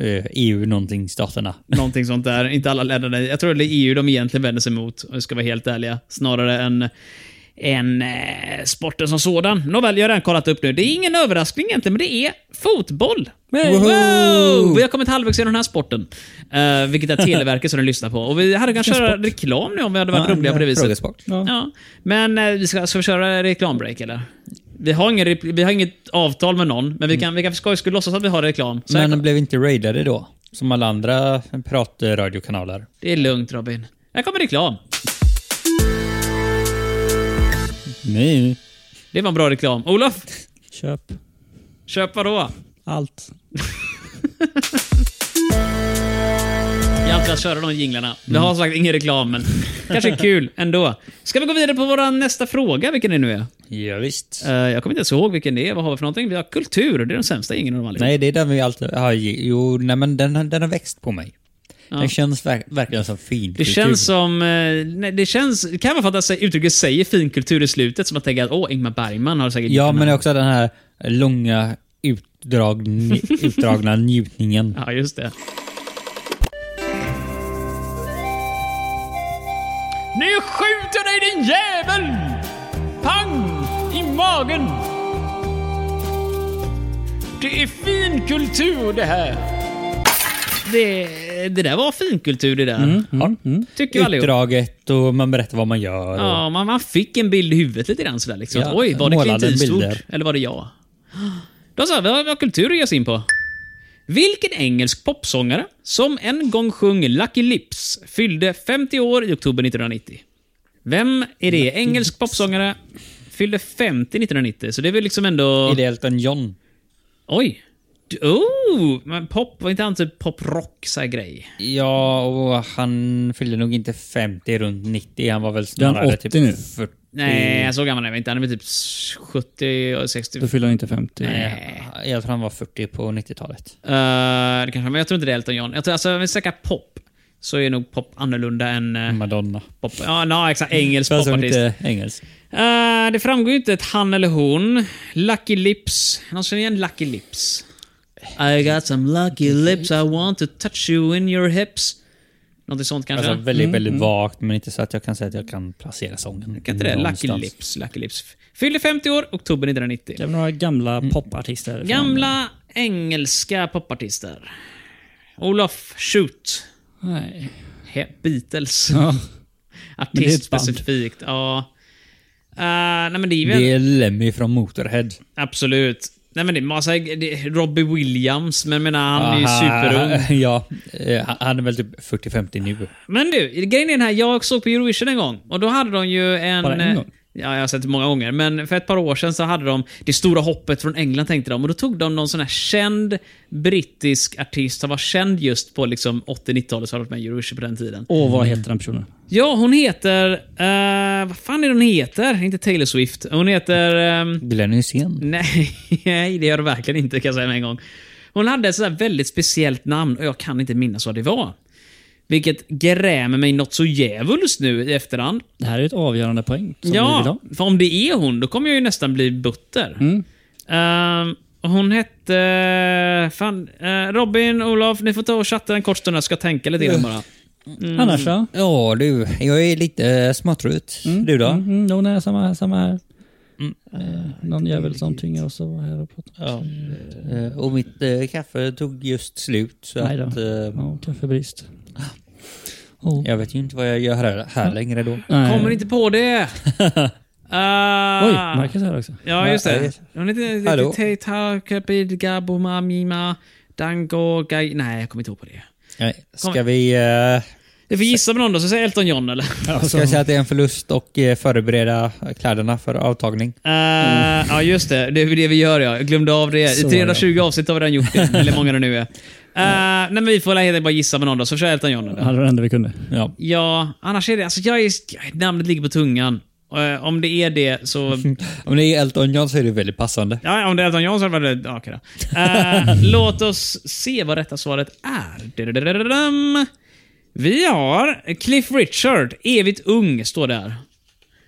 [SPEAKER 1] eh, EU någonting, staterna.
[SPEAKER 2] Någonting sånt där. Inte alla länderna. Jag tror det är EU de egentligen vänder sig mot, om jag ska vara helt ärliga. Snarare än än eh, sporten som sådan. Nåväl, jag har redan kollat upp nu. Det är ingen överraskning egentligen, men det är fotboll. Wow! Vi har kommit halvvägs genom den här sporten. Eh, vilket är Televerket som den lyssnar på. Och vi hade kunnat köra reklam nu om vi hade varit
[SPEAKER 1] Ja,
[SPEAKER 2] roliga på det viset.
[SPEAKER 1] frågesport.
[SPEAKER 2] Ja. Men eh, vi ska, ska vi köra reklambreak eller? Vi har, ingen, rep- vi har inget avtal med någon, men vi kan, vi kan för skojs skull låtsas att vi har reklam. Så här,
[SPEAKER 1] Men de blev inte raidade då, som alla andra pratradiokanaler.
[SPEAKER 2] Det är lugnt Robin. Här kommer reklam.
[SPEAKER 3] Nej.
[SPEAKER 2] Det var en bra reklam. Olof,
[SPEAKER 3] Köp
[SPEAKER 2] köp vadå?
[SPEAKER 3] allt.
[SPEAKER 2] Jag har alltid velat köra de jinglarna. Vi
[SPEAKER 1] Mm.
[SPEAKER 2] har som sagt ingen reklam, men kanske är kul ändå. Ska vi gå vidare på vår nästa fråga, vilken det nu är?
[SPEAKER 1] Ja, visst.
[SPEAKER 2] Eh, jag kommer inte ens ihåg vilken det är. Vad har vi för någonting? Vi har kultur. Det är den sämsta jingeln av dem allihop.
[SPEAKER 1] Nej, det är den vi alltid har... Jo, nej, men den, har- den har växt på mig. Den känns verk, verkligen som fin
[SPEAKER 2] Det känns som... eh, Nej, det känns... Det kan vara för att alltså, uttrycket säger finkultur i slutet, som att tänka att åh, Ingmar Bergman har säkert...
[SPEAKER 1] Ja,
[SPEAKER 2] gjort
[SPEAKER 1] men
[SPEAKER 2] den här."
[SPEAKER 1] också den här långa, utdrag, utdragna njutningen.
[SPEAKER 2] Ja, just det.
[SPEAKER 5] Nu skjuter dig din jävel! Pang! I magen! Det är fin kultur det här.
[SPEAKER 2] Det, det där var finkultur det där.
[SPEAKER 1] Ja.
[SPEAKER 2] Tycker ju Mm. allihop.
[SPEAKER 1] Utdraget och man berättar vad man gör. Och,
[SPEAKER 2] Ja, man, man fick en bild i huvudet lite grann sådär liksom.
[SPEAKER 1] Ja,
[SPEAKER 2] Oj, var det
[SPEAKER 1] målade
[SPEAKER 2] Clint Eastwood?
[SPEAKER 1] bilder.
[SPEAKER 2] Eller var det jag? Då så, vi har, vi har kultur att ge oss in på. Vilken engelsk popsångare, som en gång sjöng Lucky Lips, fyllde 50 år i oktober 1990? Vem är det? Engelsk popsångare, fyllde 50 1990, så det är väl liksom ändå...
[SPEAKER 1] Är det Elton John?
[SPEAKER 2] Oj! D- Oh! Men pop, var inte han typ poprock så här grej?
[SPEAKER 1] Ja, och han fyllde nog inte 50, runt 90. Han var väl
[SPEAKER 3] han
[SPEAKER 1] snarare
[SPEAKER 3] 80 nu?
[SPEAKER 1] typ 40.
[SPEAKER 2] Nej, så gammal är han inte. Han är väl typ 70, 60.
[SPEAKER 3] Då fyller han inte 50.
[SPEAKER 1] Nej, Jag tror han var 40 på 90-talet.
[SPEAKER 2] Eh, det kanske, men jag tror inte det är Elton John. Jag tror, alltså, om vi söker pop, så är nog pop annorlunda än... eh,
[SPEAKER 1] Madonna.
[SPEAKER 2] Pop. Ja, no, exakt. Engelsk
[SPEAKER 3] alltså,
[SPEAKER 1] Fast som
[SPEAKER 2] popartist.
[SPEAKER 1] inte engelsk.
[SPEAKER 2] Eh, det framgår ju inte ett han eller hon. Lucky Lips. Någon känner igen Lucky Lips? I got some lucky lips I want to touch you in your hips. Någonting sånt kanske?
[SPEAKER 1] Alltså väldigt, väldigt vagt, men inte så att jag kan säga att jag kan placera sången.
[SPEAKER 2] Kan inte det? Lucky
[SPEAKER 1] någonstans.
[SPEAKER 2] Lips, Lucky Lips. Fyllde 50 år, oktober 1990.
[SPEAKER 3] Det är väl några gamla popartister. från-
[SPEAKER 2] Gamla engelska popartister. Olof Shoot.
[SPEAKER 3] Nej.
[SPEAKER 2] He- Beatles.
[SPEAKER 3] Ja. det är ett band.
[SPEAKER 2] Artistspecifikt. Ja. Eh, nej men det är väl...
[SPEAKER 1] Det är Lemmy från Motorhead.
[SPEAKER 2] Absolut. Nej men det är massa... Det är Robbie Williams, men jag menar han är ju superung.
[SPEAKER 1] ja, eh, han- han är väl typ 40-50 nu.
[SPEAKER 2] Men du, grejen är den här, jag såg på Eurovision en gång och då hade de ju en... eh,
[SPEAKER 3] Bara en gång?
[SPEAKER 2] Ja, jag har sett det många gånger, men för ett par år sedan så hade de Det stora hoppet från England tänkte de och då tog de någon sån här känd brittisk artist som var känd just på liksom 80-90-talet, som hade varit med i Eurovision på den tiden.
[SPEAKER 3] Åh, vad heter den personen?
[SPEAKER 2] Ja, hon heter... eh, vad fan är det hon heter? Inte Taylor Swift. Hon heter... ehm,
[SPEAKER 1] Glenn Hysén.
[SPEAKER 2] Nej, nej, det gör det verkligen inte kan jag säga med en gång. Hon hade ett sådär väldigt speciellt namn och jag kan inte minnas vad det var. Vilket grämer mig något så djävulskt nu i efterhand.
[SPEAKER 3] Det här är ju ett avgörande poäng. Som vi vill ha.
[SPEAKER 2] ja, för om det är hon, då kommer jag ju nästan bli butter.
[SPEAKER 3] Mm.
[SPEAKER 2] Ehm, och hon hette... Fan, eh, Robin, Olof, ni får ta och chatta en kort stund. Jag ska tänka lite grann bara.
[SPEAKER 3] Annars så?
[SPEAKER 1] Ja du, jag är lite eh, småtrött. Du då?
[SPEAKER 3] Mm, mm, jo, nej, samma här. Samma här. Eh, någon jävel som tvingar oss att vara här och prata.
[SPEAKER 1] Ja. Eh, Och mitt eh, kaffe tog just slut så
[SPEAKER 3] Mm. Nej då.
[SPEAKER 1] att... eh,
[SPEAKER 3] Ja, Ah. kaffebrist. Oh.
[SPEAKER 1] Jag vet ju inte vad jag gör här, här längre då.
[SPEAKER 3] Nej.
[SPEAKER 2] Kommer inte på det!
[SPEAKER 3] Oj,
[SPEAKER 2] Ah.
[SPEAKER 3] Marcus är här också.
[SPEAKER 2] Ja, just
[SPEAKER 1] Nej.
[SPEAKER 2] det. Hon
[SPEAKER 1] Hallå?
[SPEAKER 2] heter Teita Kapid Gaboma Mima Dango Gai... Nej, jag kommer inte ihåg på det.
[SPEAKER 1] Nej, Ska
[SPEAKER 2] Kom.
[SPEAKER 1] vi... eh,
[SPEAKER 3] Alltså-
[SPEAKER 2] Du får gissa på någon då, så säger Elton John eller?
[SPEAKER 1] Ska jag säga att det är en förlust och eh, förbereda kläderna för avtagning?
[SPEAKER 2] Eh, ja, just det. Det är väl det vi gör ja. Jag glömde av det. I
[SPEAKER 3] Så
[SPEAKER 2] 320 avsnitt har vi redan gjort det. Eller hur många det nu är. Eh, nej, men vi får väl helt enkelt bara gissa på någon då, så kör Elton John
[SPEAKER 3] Det
[SPEAKER 2] eller?
[SPEAKER 3] hade det enda vi kunde.
[SPEAKER 1] Ja.
[SPEAKER 2] Ja, annars är det... Alltså, jag är... Namnet ligger på tungan. Eh, om det är det så...
[SPEAKER 1] Om det är Elton John så är det väldigt passande.
[SPEAKER 2] Ja, om det är Elton John så var det... ja, Okej då. Eh, låt oss se vad rätta svaret är. Dadadadadadam. Vi har Cliff Richard, evigt ung, står där.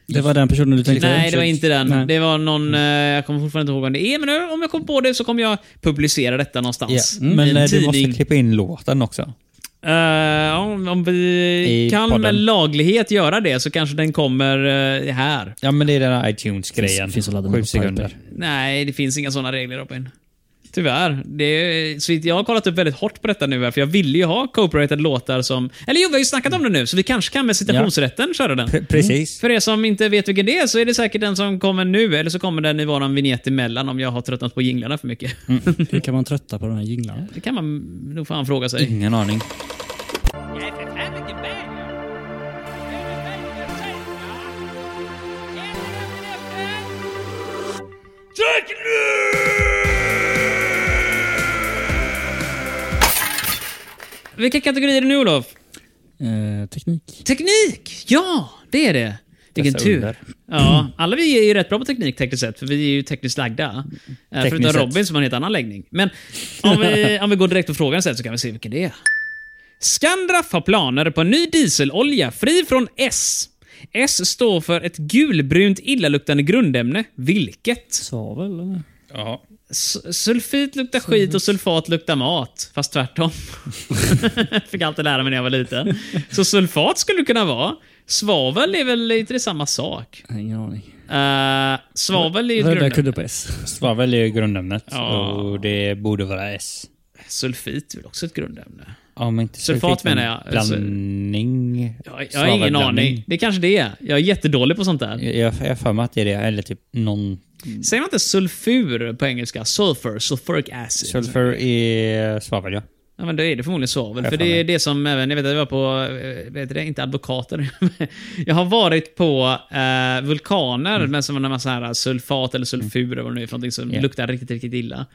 [SPEAKER 3] Det var den personen du tänkte
[SPEAKER 2] Nej, det var inte den.
[SPEAKER 3] Nej.
[SPEAKER 2] Det var någon...
[SPEAKER 1] Mm.
[SPEAKER 2] eh, jag kommer fortfarande inte ihåg vad det är, men nu, om jag kommer på det så kommer jag publicera detta
[SPEAKER 1] Ja.
[SPEAKER 2] någonstans.
[SPEAKER 1] Men
[SPEAKER 2] I en
[SPEAKER 1] eh, du måste
[SPEAKER 2] tidning.
[SPEAKER 1] klippa in låten också.
[SPEAKER 2] Eh, om, om vi
[SPEAKER 1] I
[SPEAKER 2] kan med
[SPEAKER 1] podden.
[SPEAKER 2] laglighet göra det så kanske den kommer eh, här.
[SPEAKER 1] Ja, men det är den här iTunes-grejen.
[SPEAKER 3] Finns- finns att ladda ner
[SPEAKER 1] Sju
[SPEAKER 3] på
[SPEAKER 1] sekunder.
[SPEAKER 3] Piper.
[SPEAKER 2] Nej, det finns inga sådana regler Robin. Tyvärr. Det är, så jag har kollat upp väldigt hårt på detta nu, här, för jag ville ju ha copyrighted låtar som... Eller jo, vi har ju snackat om det nu, så vi kanske kan med citationsrätten köra den.
[SPEAKER 1] Pre- precis.
[SPEAKER 2] För er som inte vet vilken det är, så är det säkert den som kommer nu, eller så kommer den i våran vignett emellan om jag har tröttnat på jinglarna för mycket.
[SPEAKER 3] Hur kan man trötta på de här jinglarna?
[SPEAKER 2] Det kan man nog fan fråga sig.
[SPEAKER 1] Ingen aning.
[SPEAKER 5] Jag är förfärligt bäger. Jag är bäger själv, ja. Är det den bästa?
[SPEAKER 2] Vilka kategorier är det nu, Olof?
[SPEAKER 3] Eh, teknik.
[SPEAKER 2] Teknik! Ja, det är det. Vilken
[SPEAKER 1] Dessa
[SPEAKER 2] tur.
[SPEAKER 1] under.
[SPEAKER 2] Ja, alla vi är ju rätt bra på teknik tekniskt sett, för vi är ju tekniskt lagda. Eh,
[SPEAKER 1] Tekniskt
[SPEAKER 2] Förutom
[SPEAKER 1] sett.
[SPEAKER 2] Robin som har en helt annan läggning. Men om vi, om vi går direkt på frågan sen så kan vi se vilken det är. Scandraff har planer på en ny dieselolja fri från S. S står för ett gulbrunt illaluktande grundämne. Vilket?
[SPEAKER 3] Svavel eller?
[SPEAKER 1] Ja.
[SPEAKER 2] S- Sulfit luktar skit och sulfat luktar mat. Fast tvärtom. Fick alltid lära mig när jag var liten. Så sulfat skulle det kunna vara. Svavel är väl inte samma sak?
[SPEAKER 3] Nej, Ingen aning.
[SPEAKER 2] Eh, svavel är ju
[SPEAKER 3] Det var det där jag
[SPEAKER 2] ett
[SPEAKER 3] kunde
[SPEAKER 2] grundämne.
[SPEAKER 3] på S.
[SPEAKER 1] Svavel är ju grundämnet
[SPEAKER 2] Ja.
[SPEAKER 1] och det borde vara S.
[SPEAKER 2] Sulfit är väl också ett grundämne?
[SPEAKER 1] Ja, men inte
[SPEAKER 2] Sulfat
[SPEAKER 1] men
[SPEAKER 2] menar jag. Alltså-
[SPEAKER 1] Blandning.
[SPEAKER 2] Jag, jag har ingen
[SPEAKER 1] Svavelblandning.
[SPEAKER 2] aning. Det kanske det är. Jag är jättedålig på sånt där.
[SPEAKER 1] Jag jag har för mig att det är det, eller typ någon
[SPEAKER 2] Säger man inte sulfur på engelska? Sulfur, sulfuric acid.
[SPEAKER 1] Sulfur är svavel ja.
[SPEAKER 2] Ja, men då är det förmodligen svavel.
[SPEAKER 1] Jag
[SPEAKER 2] För
[SPEAKER 1] fan
[SPEAKER 2] det är
[SPEAKER 1] mig.
[SPEAKER 2] det som även, jag vet att jag var på, eh, vet det, inte advokater. jag har varit på eh, vulkaner, men som har en massa här sulfat eller sulfur eller vad det nu är för någonting som
[SPEAKER 1] Mm. Ja.
[SPEAKER 2] luktar riktigt, riktigt illa.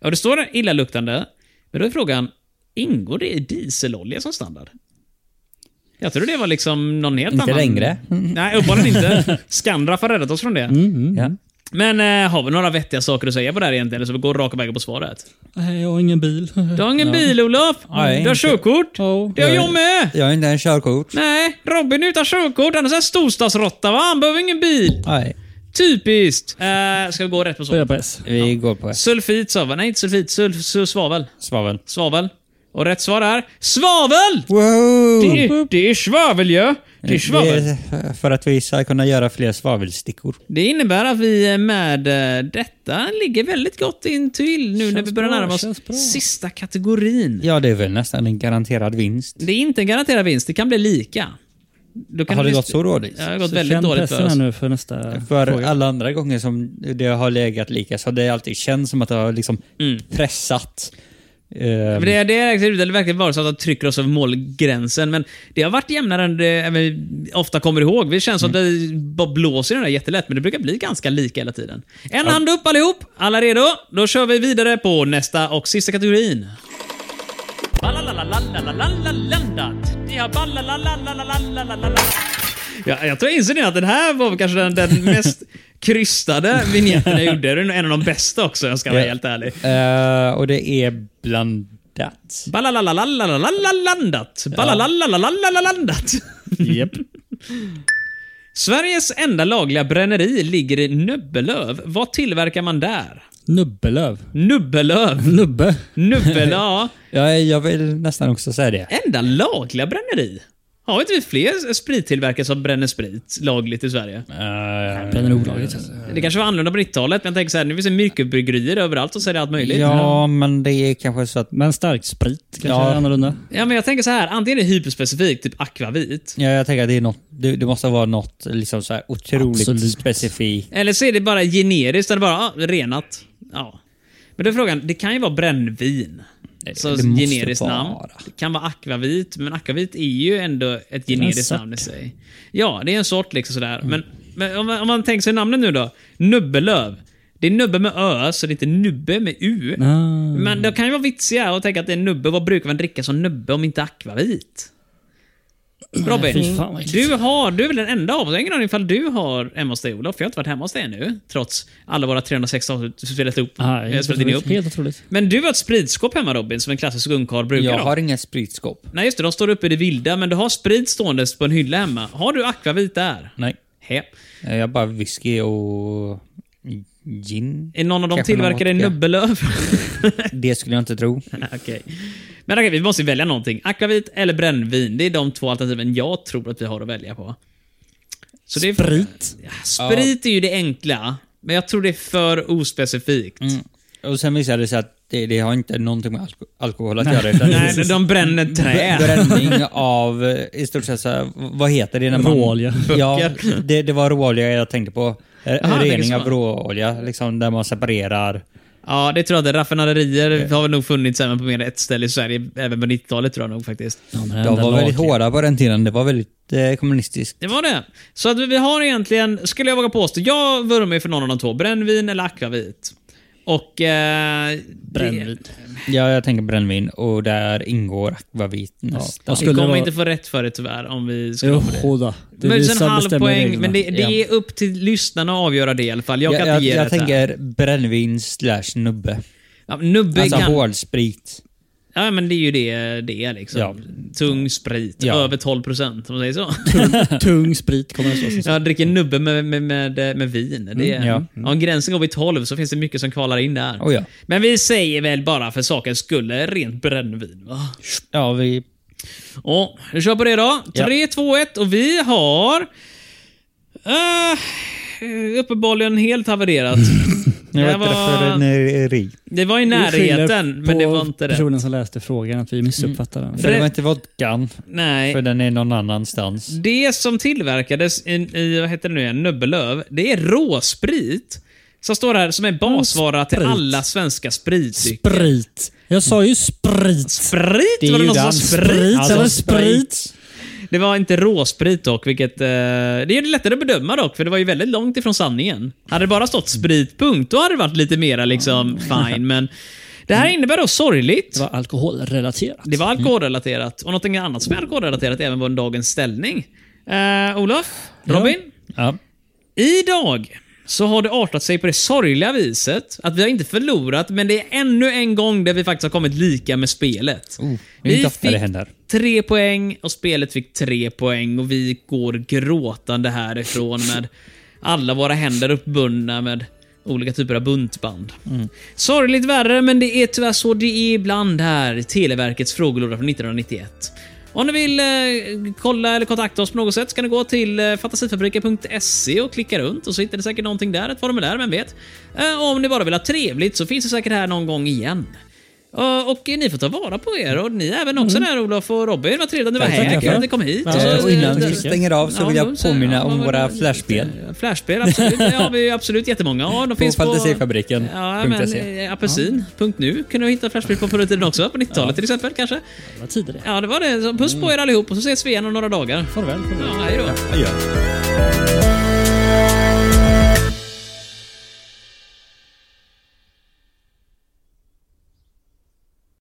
[SPEAKER 2] Och det står där illaluktande, men då är frågan, ingår det i dieselolja som standard? Jag tror det var liksom någon helt
[SPEAKER 1] Inte
[SPEAKER 2] annan...
[SPEAKER 1] längre.
[SPEAKER 2] Nej, uppenbarligen inte. Scandraff har räddat oss från det.
[SPEAKER 3] Mm.
[SPEAKER 1] ja.
[SPEAKER 2] Men eh, har vi några vettiga saker att säga på det här egentligen? Eller Så vi går raka vägen på svaret.
[SPEAKER 3] Nej, jag har ingen bil.
[SPEAKER 2] Du har ingen bil Olof.
[SPEAKER 1] Nej,
[SPEAKER 2] du har
[SPEAKER 1] inte.
[SPEAKER 2] körkort.
[SPEAKER 3] Ja.
[SPEAKER 2] Det har jag med.
[SPEAKER 1] Jag har inte ens körkort.
[SPEAKER 2] Nej, Robin är utan körkort. Han är sån här storstadsrotta va? Han behöver ingen bil.
[SPEAKER 1] Nej.
[SPEAKER 2] Typiskt. Eh, ska vi gå rätt på
[SPEAKER 3] Så är jag
[SPEAKER 2] svaret?
[SPEAKER 3] på S.
[SPEAKER 1] Vi går på
[SPEAKER 2] Sulfit sa vi. Nej, inte sulfit. Sulf, su- svavel.
[SPEAKER 1] svavel.
[SPEAKER 2] Svavel. Och rätt svar är svavel!
[SPEAKER 1] Wow!
[SPEAKER 2] Det, är- det är svavel ju. Det är svavel.
[SPEAKER 1] är för att vi ska kunna göra fler svavelstickor.
[SPEAKER 2] Det innebär att vi med eh, detta ligger väldigt gott in till nu när vi
[SPEAKER 3] Känns
[SPEAKER 2] börjar
[SPEAKER 3] bra,
[SPEAKER 2] närma oss
[SPEAKER 3] känns bra.
[SPEAKER 2] sista kategorin.
[SPEAKER 1] Ja, det är väl nästan en garanterad vinst.
[SPEAKER 2] Det är inte en garanterad vinst. Det kan bli lika. Då kan
[SPEAKER 1] Har det
[SPEAKER 2] bli-
[SPEAKER 1] gått så dåligt?
[SPEAKER 2] Ja, det har gått
[SPEAKER 3] Så
[SPEAKER 2] väldigt
[SPEAKER 3] känn
[SPEAKER 2] dåligt
[SPEAKER 3] pressen
[SPEAKER 2] för oss.
[SPEAKER 3] här nu för nästa...
[SPEAKER 1] För alla andra gånger som det har legat lika så har det alltid känts som att det har liksom pressat.
[SPEAKER 2] Mm. Men det, det är riktigt, det verkar vara så att de trycker oss över målgränsen, men det har varit jämnare än det än vi ofta kommer ihåg. Det känns som
[SPEAKER 3] Mm.
[SPEAKER 2] att det bara blåser i den där jättelätt, men det brukar bli ganska lika hela tiden. En hand upp allihop! Alla redo? Då kör vi vidare på nästa och sista kategorin. Ja, jag tror jag inser nu att den här var väl kanske den, den mest krystade vignetten jag gjorde. Den är en av de bästa också, jag ska vara
[SPEAKER 1] Ja.
[SPEAKER 2] helt ärlig.
[SPEAKER 1] Eh, och det är blandat.
[SPEAKER 2] Balalalalalalalandat. Balalalalalalalandat.
[SPEAKER 3] Japp.
[SPEAKER 2] Sveriges enda lagliga bränneri ligger i Nöbbelöv. Vad tillverkar man där?
[SPEAKER 3] Nubbelöv.
[SPEAKER 2] Nubbelöv.
[SPEAKER 3] Nubbe.
[SPEAKER 2] Nubbelöv. ja.
[SPEAKER 1] Ja, jag vill nästan också säga det.
[SPEAKER 2] Enda lagliga bränneri? Har inte vi fler sprittillverkare som bränner sprit lagligt i Sverige?
[SPEAKER 1] Eh,
[SPEAKER 3] Den är olagligt. alltså.
[SPEAKER 2] Det kanske var annorlöst på 90-talet, men jag tänker så här, nu finns det myrkebryggerier överallt som säljer allt möjligt.
[SPEAKER 1] Eh, ja, men det är kanske så att...
[SPEAKER 3] Men starksprit kanske
[SPEAKER 1] Ja.
[SPEAKER 3] är annorlunda.
[SPEAKER 2] Ja, men jag tänker så här, antingen är det hyperspecifikt, typ akvavit.
[SPEAKER 1] Ja, jag tänker att det, är något, det, det måste vara något liksom så här otroligt
[SPEAKER 3] Absolut.
[SPEAKER 1] specifikt.
[SPEAKER 2] Eller så är det bara generiskt, där det bara ah, renat. Ja. Men då är frågan, det kan ju vara brännvin. Så
[SPEAKER 1] det måste
[SPEAKER 2] generiskt
[SPEAKER 1] vara.
[SPEAKER 2] namn. Det kan vara akvavit, men akvavit är ju ändå ett generiskt
[SPEAKER 3] sort.
[SPEAKER 2] namn i sig. Ja, det är en sort liksom sådär.
[SPEAKER 1] Mm.
[SPEAKER 2] Men, men om, man, om man tänker sig namnet nu då. Nubbelöv. Det är nubbe med ö, så det är inte nubbe med u.
[SPEAKER 3] Ah.
[SPEAKER 2] Men det kan ju vara vitsiga att tänka att det är nubbe. Vad brukar man dricka som nubbe om inte akvavit?
[SPEAKER 3] Fy
[SPEAKER 2] Robin,
[SPEAKER 3] fan, vad äckligt.
[SPEAKER 2] du, har, du är väl den enda av oss. Jag har ingen aning ifall du har hemma hos dig Olof. för Jag har inte varit hemma hos dig ännu. Trots alla våra 360 avsnitt som spelat upp.
[SPEAKER 3] Ah,
[SPEAKER 2] eh,
[SPEAKER 3] helt,
[SPEAKER 2] spelat in
[SPEAKER 3] otroligt.
[SPEAKER 2] ihop.
[SPEAKER 3] helt otroligt.
[SPEAKER 2] Men du har ett spritskåp hemma Robin, som en klassisk ungkarl brukar
[SPEAKER 1] Jag
[SPEAKER 2] ha.
[SPEAKER 1] har inga spritskåp.
[SPEAKER 2] Nej just det, de står uppe i det vilda, men du har sprit stående på en hylla hemma. Har du akvavit där?
[SPEAKER 1] Nej.
[SPEAKER 2] He.
[SPEAKER 1] Eh, Jag har bara whisky och gin.
[SPEAKER 2] Är någon av dem
[SPEAKER 1] Kanske
[SPEAKER 2] tillverkade i
[SPEAKER 1] någon vodka.
[SPEAKER 2] Nubbelöv?
[SPEAKER 1] Det skulle jag inte tro.
[SPEAKER 2] Okej. Men okej, vi måste välja någonting. Akvavit eller brännvin. Det är de två alternativen jag tror att vi har att välja på. Så det är,
[SPEAKER 3] Sprit.
[SPEAKER 2] Ja, sprit är ju det enkla, men jag tror det är för ospecifikt.
[SPEAKER 3] Mm.
[SPEAKER 1] Mm. Och sen visade det sig att det, det har inte någonting med alko alkohol att göra. Utan
[SPEAKER 2] Nej, de- de bränner
[SPEAKER 3] Mm.
[SPEAKER 1] Br-
[SPEAKER 2] trä.
[SPEAKER 1] Bränning av, eh, i stort sett så här, vad heter det? När man,
[SPEAKER 3] Råolja.
[SPEAKER 1] Ja, det, det var råolja jag tänkte på. Eh,
[SPEAKER 2] Aha,
[SPEAKER 1] Rening
[SPEAKER 2] tänker
[SPEAKER 1] av
[SPEAKER 2] så.
[SPEAKER 1] råolja, liksom där man separerar.
[SPEAKER 2] Ja, det tror jag inte. Raffinaderier har väl nog funnits även på mer än ett ställe i Sverige, även på 90-talet tror jag nog faktiskt.
[SPEAKER 3] Ja, men det
[SPEAKER 1] De
[SPEAKER 3] enda
[SPEAKER 1] var väldigt
[SPEAKER 3] lagliga.
[SPEAKER 1] hårda på den tiden. Det var väldigt eh, kommunistiskt.
[SPEAKER 2] Det var det. Så att vi har egentligen, skulle jag våga påstå, jag vurmar ju för någon av de två. Brännvin eller akvavit. Och... Eh,
[SPEAKER 3] Brännvin.
[SPEAKER 1] Ja, jag tänker brännvin och där ingår akvavit nästan.
[SPEAKER 3] och
[SPEAKER 2] Det,
[SPEAKER 3] skulle
[SPEAKER 2] vi
[SPEAKER 3] det
[SPEAKER 2] kommer
[SPEAKER 3] vara-
[SPEAKER 2] inte få rätt för det tyvärr om vi skulle
[SPEAKER 3] Jo, jodå. Det
[SPEAKER 2] Möjligtvis
[SPEAKER 3] visar
[SPEAKER 2] en halv
[SPEAKER 3] bestämmer
[SPEAKER 2] poäng,
[SPEAKER 3] reglerna.
[SPEAKER 2] men det, det
[SPEAKER 1] Ja.
[SPEAKER 2] är upp till lyssnarna att avgöra det i alla fall. Jag kan
[SPEAKER 1] jag, jag,
[SPEAKER 2] inte ge
[SPEAKER 1] jag
[SPEAKER 2] det här.
[SPEAKER 1] tänker brännvin slash nubbe.
[SPEAKER 2] Ja, nubbe
[SPEAKER 1] Alltså
[SPEAKER 2] kan...
[SPEAKER 1] hårdsprit.
[SPEAKER 2] Ja, men det är ju det det är liksom.
[SPEAKER 1] Ja.
[SPEAKER 2] Tung sprit,
[SPEAKER 1] Ja.
[SPEAKER 2] över 12 procent om man säger så.
[SPEAKER 3] Tung sprit kommer det stå som sagt.
[SPEAKER 2] Jag dricker nubbe med, med, med, med vin. Det är,
[SPEAKER 1] Mm, ja.
[SPEAKER 2] Om gränsen går vid 12 så finns det mycket som kvalar in där.
[SPEAKER 1] Oh, ja.
[SPEAKER 2] Men vi säger väl bara för sakens skull rent brännvin, va?
[SPEAKER 1] ja, vi...
[SPEAKER 2] Ja, vi kör på det då.
[SPEAKER 1] Ja.
[SPEAKER 2] 3, 2, 1 och vi har... Uh, uppenbarligen helt havererat.
[SPEAKER 1] Jag
[SPEAKER 2] Det
[SPEAKER 1] vet inte
[SPEAKER 2] var-
[SPEAKER 1] för en eh, ri.
[SPEAKER 2] Det var i närheten, men det var inte det. Mm.
[SPEAKER 3] personen som läste frågan att vi missuppfattade den.
[SPEAKER 1] För det var inte vodkan,
[SPEAKER 2] Nej.
[SPEAKER 1] för den är någon annanstans.
[SPEAKER 2] Det som tillverkades i, i vad heter det nu igen, Nöbbelöv, det är råsprit Som står här som en basvara till
[SPEAKER 3] sprit.
[SPEAKER 2] alla svenska spritdrycker.
[SPEAKER 3] Sprit. Jag sa ju sprit.
[SPEAKER 2] Sprit?
[SPEAKER 6] Det är
[SPEAKER 2] var det
[SPEAKER 6] ju
[SPEAKER 2] någon som sa
[SPEAKER 6] dans.
[SPEAKER 2] sprit?
[SPEAKER 6] Alltså,
[SPEAKER 3] eller sprit.
[SPEAKER 2] Det var inte råsprit dock, vilket... Eh, det är lättare att bedöma dock, för det var ju väldigt långt ifrån sanningen. Hade det bara stått spritpunkt, då hade det varit lite mera liksom
[SPEAKER 1] Mm.
[SPEAKER 2] fine, men... Det här innebär då sorgligt.
[SPEAKER 3] Det var alkoholrelaterat.
[SPEAKER 2] Det var alkoholrelaterat. Och något annat som är alkoholrelaterat även var en dagens ställning. Eh, Olof? Robin?
[SPEAKER 1] Ja.
[SPEAKER 2] Idag så har det artat sig på det sorgliga viset att vi har inte förlorat, men det är ännu en gång där vi faktiskt har kommit lika med spelet.
[SPEAKER 1] Oh, det är inte ofta det händer.
[SPEAKER 2] tre poäng och spelet fick tre poäng och vi går gråtande härifrån med alla våra händer uppbundna med olika typer av buntband. Sorgligt värre, men det är tyvärr så det är ibland här i Televerkets frågelåda från 1991. Om ni vill eh, kolla eller kontakta oss på något sätt så kan ni gå till eh, fantasifabriken.se och klicka runt och så hittar ni säkert någonting där, ett formulär, vem vet? Eh, och om ni bara vill ha trevligt så finns det säkert här någon gång igen. Eh, och eh, ni får ta vara på er och ni även också
[SPEAKER 1] Mm.
[SPEAKER 2] där Olof och Robin. Vad trevligt att ni var
[SPEAKER 3] tackar
[SPEAKER 2] här, kul
[SPEAKER 3] för.
[SPEAKER 2] att ni kom hit.
[SPEAKER 3] Ja,
[SPEAKER 1] Eh,
[SPEAKER 2] så-
[SPEAKER 1] Och innan
[SPEAKER 2] eh,
[SPEAKER 1] vi stänger av så
[SPEAKER 2] Ja,
[SPEAKER 1] vill
[SPEAKER 2] då,
[SPEAKER 1] jag
[SPEAKER 2] så-
[SPEAKER 1] påminna
[SPEAKER 2] ja,
[SPEAKER 1] om
[SPEAKER 2] vad-
[SPEAKER 1] våra
[SPEAKER 2] vad-
[SPEAKER 1] flashspel.
[SPEAKER 2] Flashspel, absolut. Det har vi ju absolut jättemånga av. De
[SPEAKER 1] På
[SPEAKER 2] finns på...
[SPEAKER 1] fantasifabriken.
[SPEAKER 2] Ja, men eh, apelsin.nu kunde du hitta flashspel på förr i tiden också. På 90-talet till exempel kanske.
[SPEAKER 3] Vad tider det är.
[SPEAKER 2] Ja, det var det. Så puss på er allihop och så ses vi igen om några dagar.
[SPEAKER 3] Farväl. farväl.
[SPEAKER 2] Ja, hej då.
[SPEAKER 1] Ja.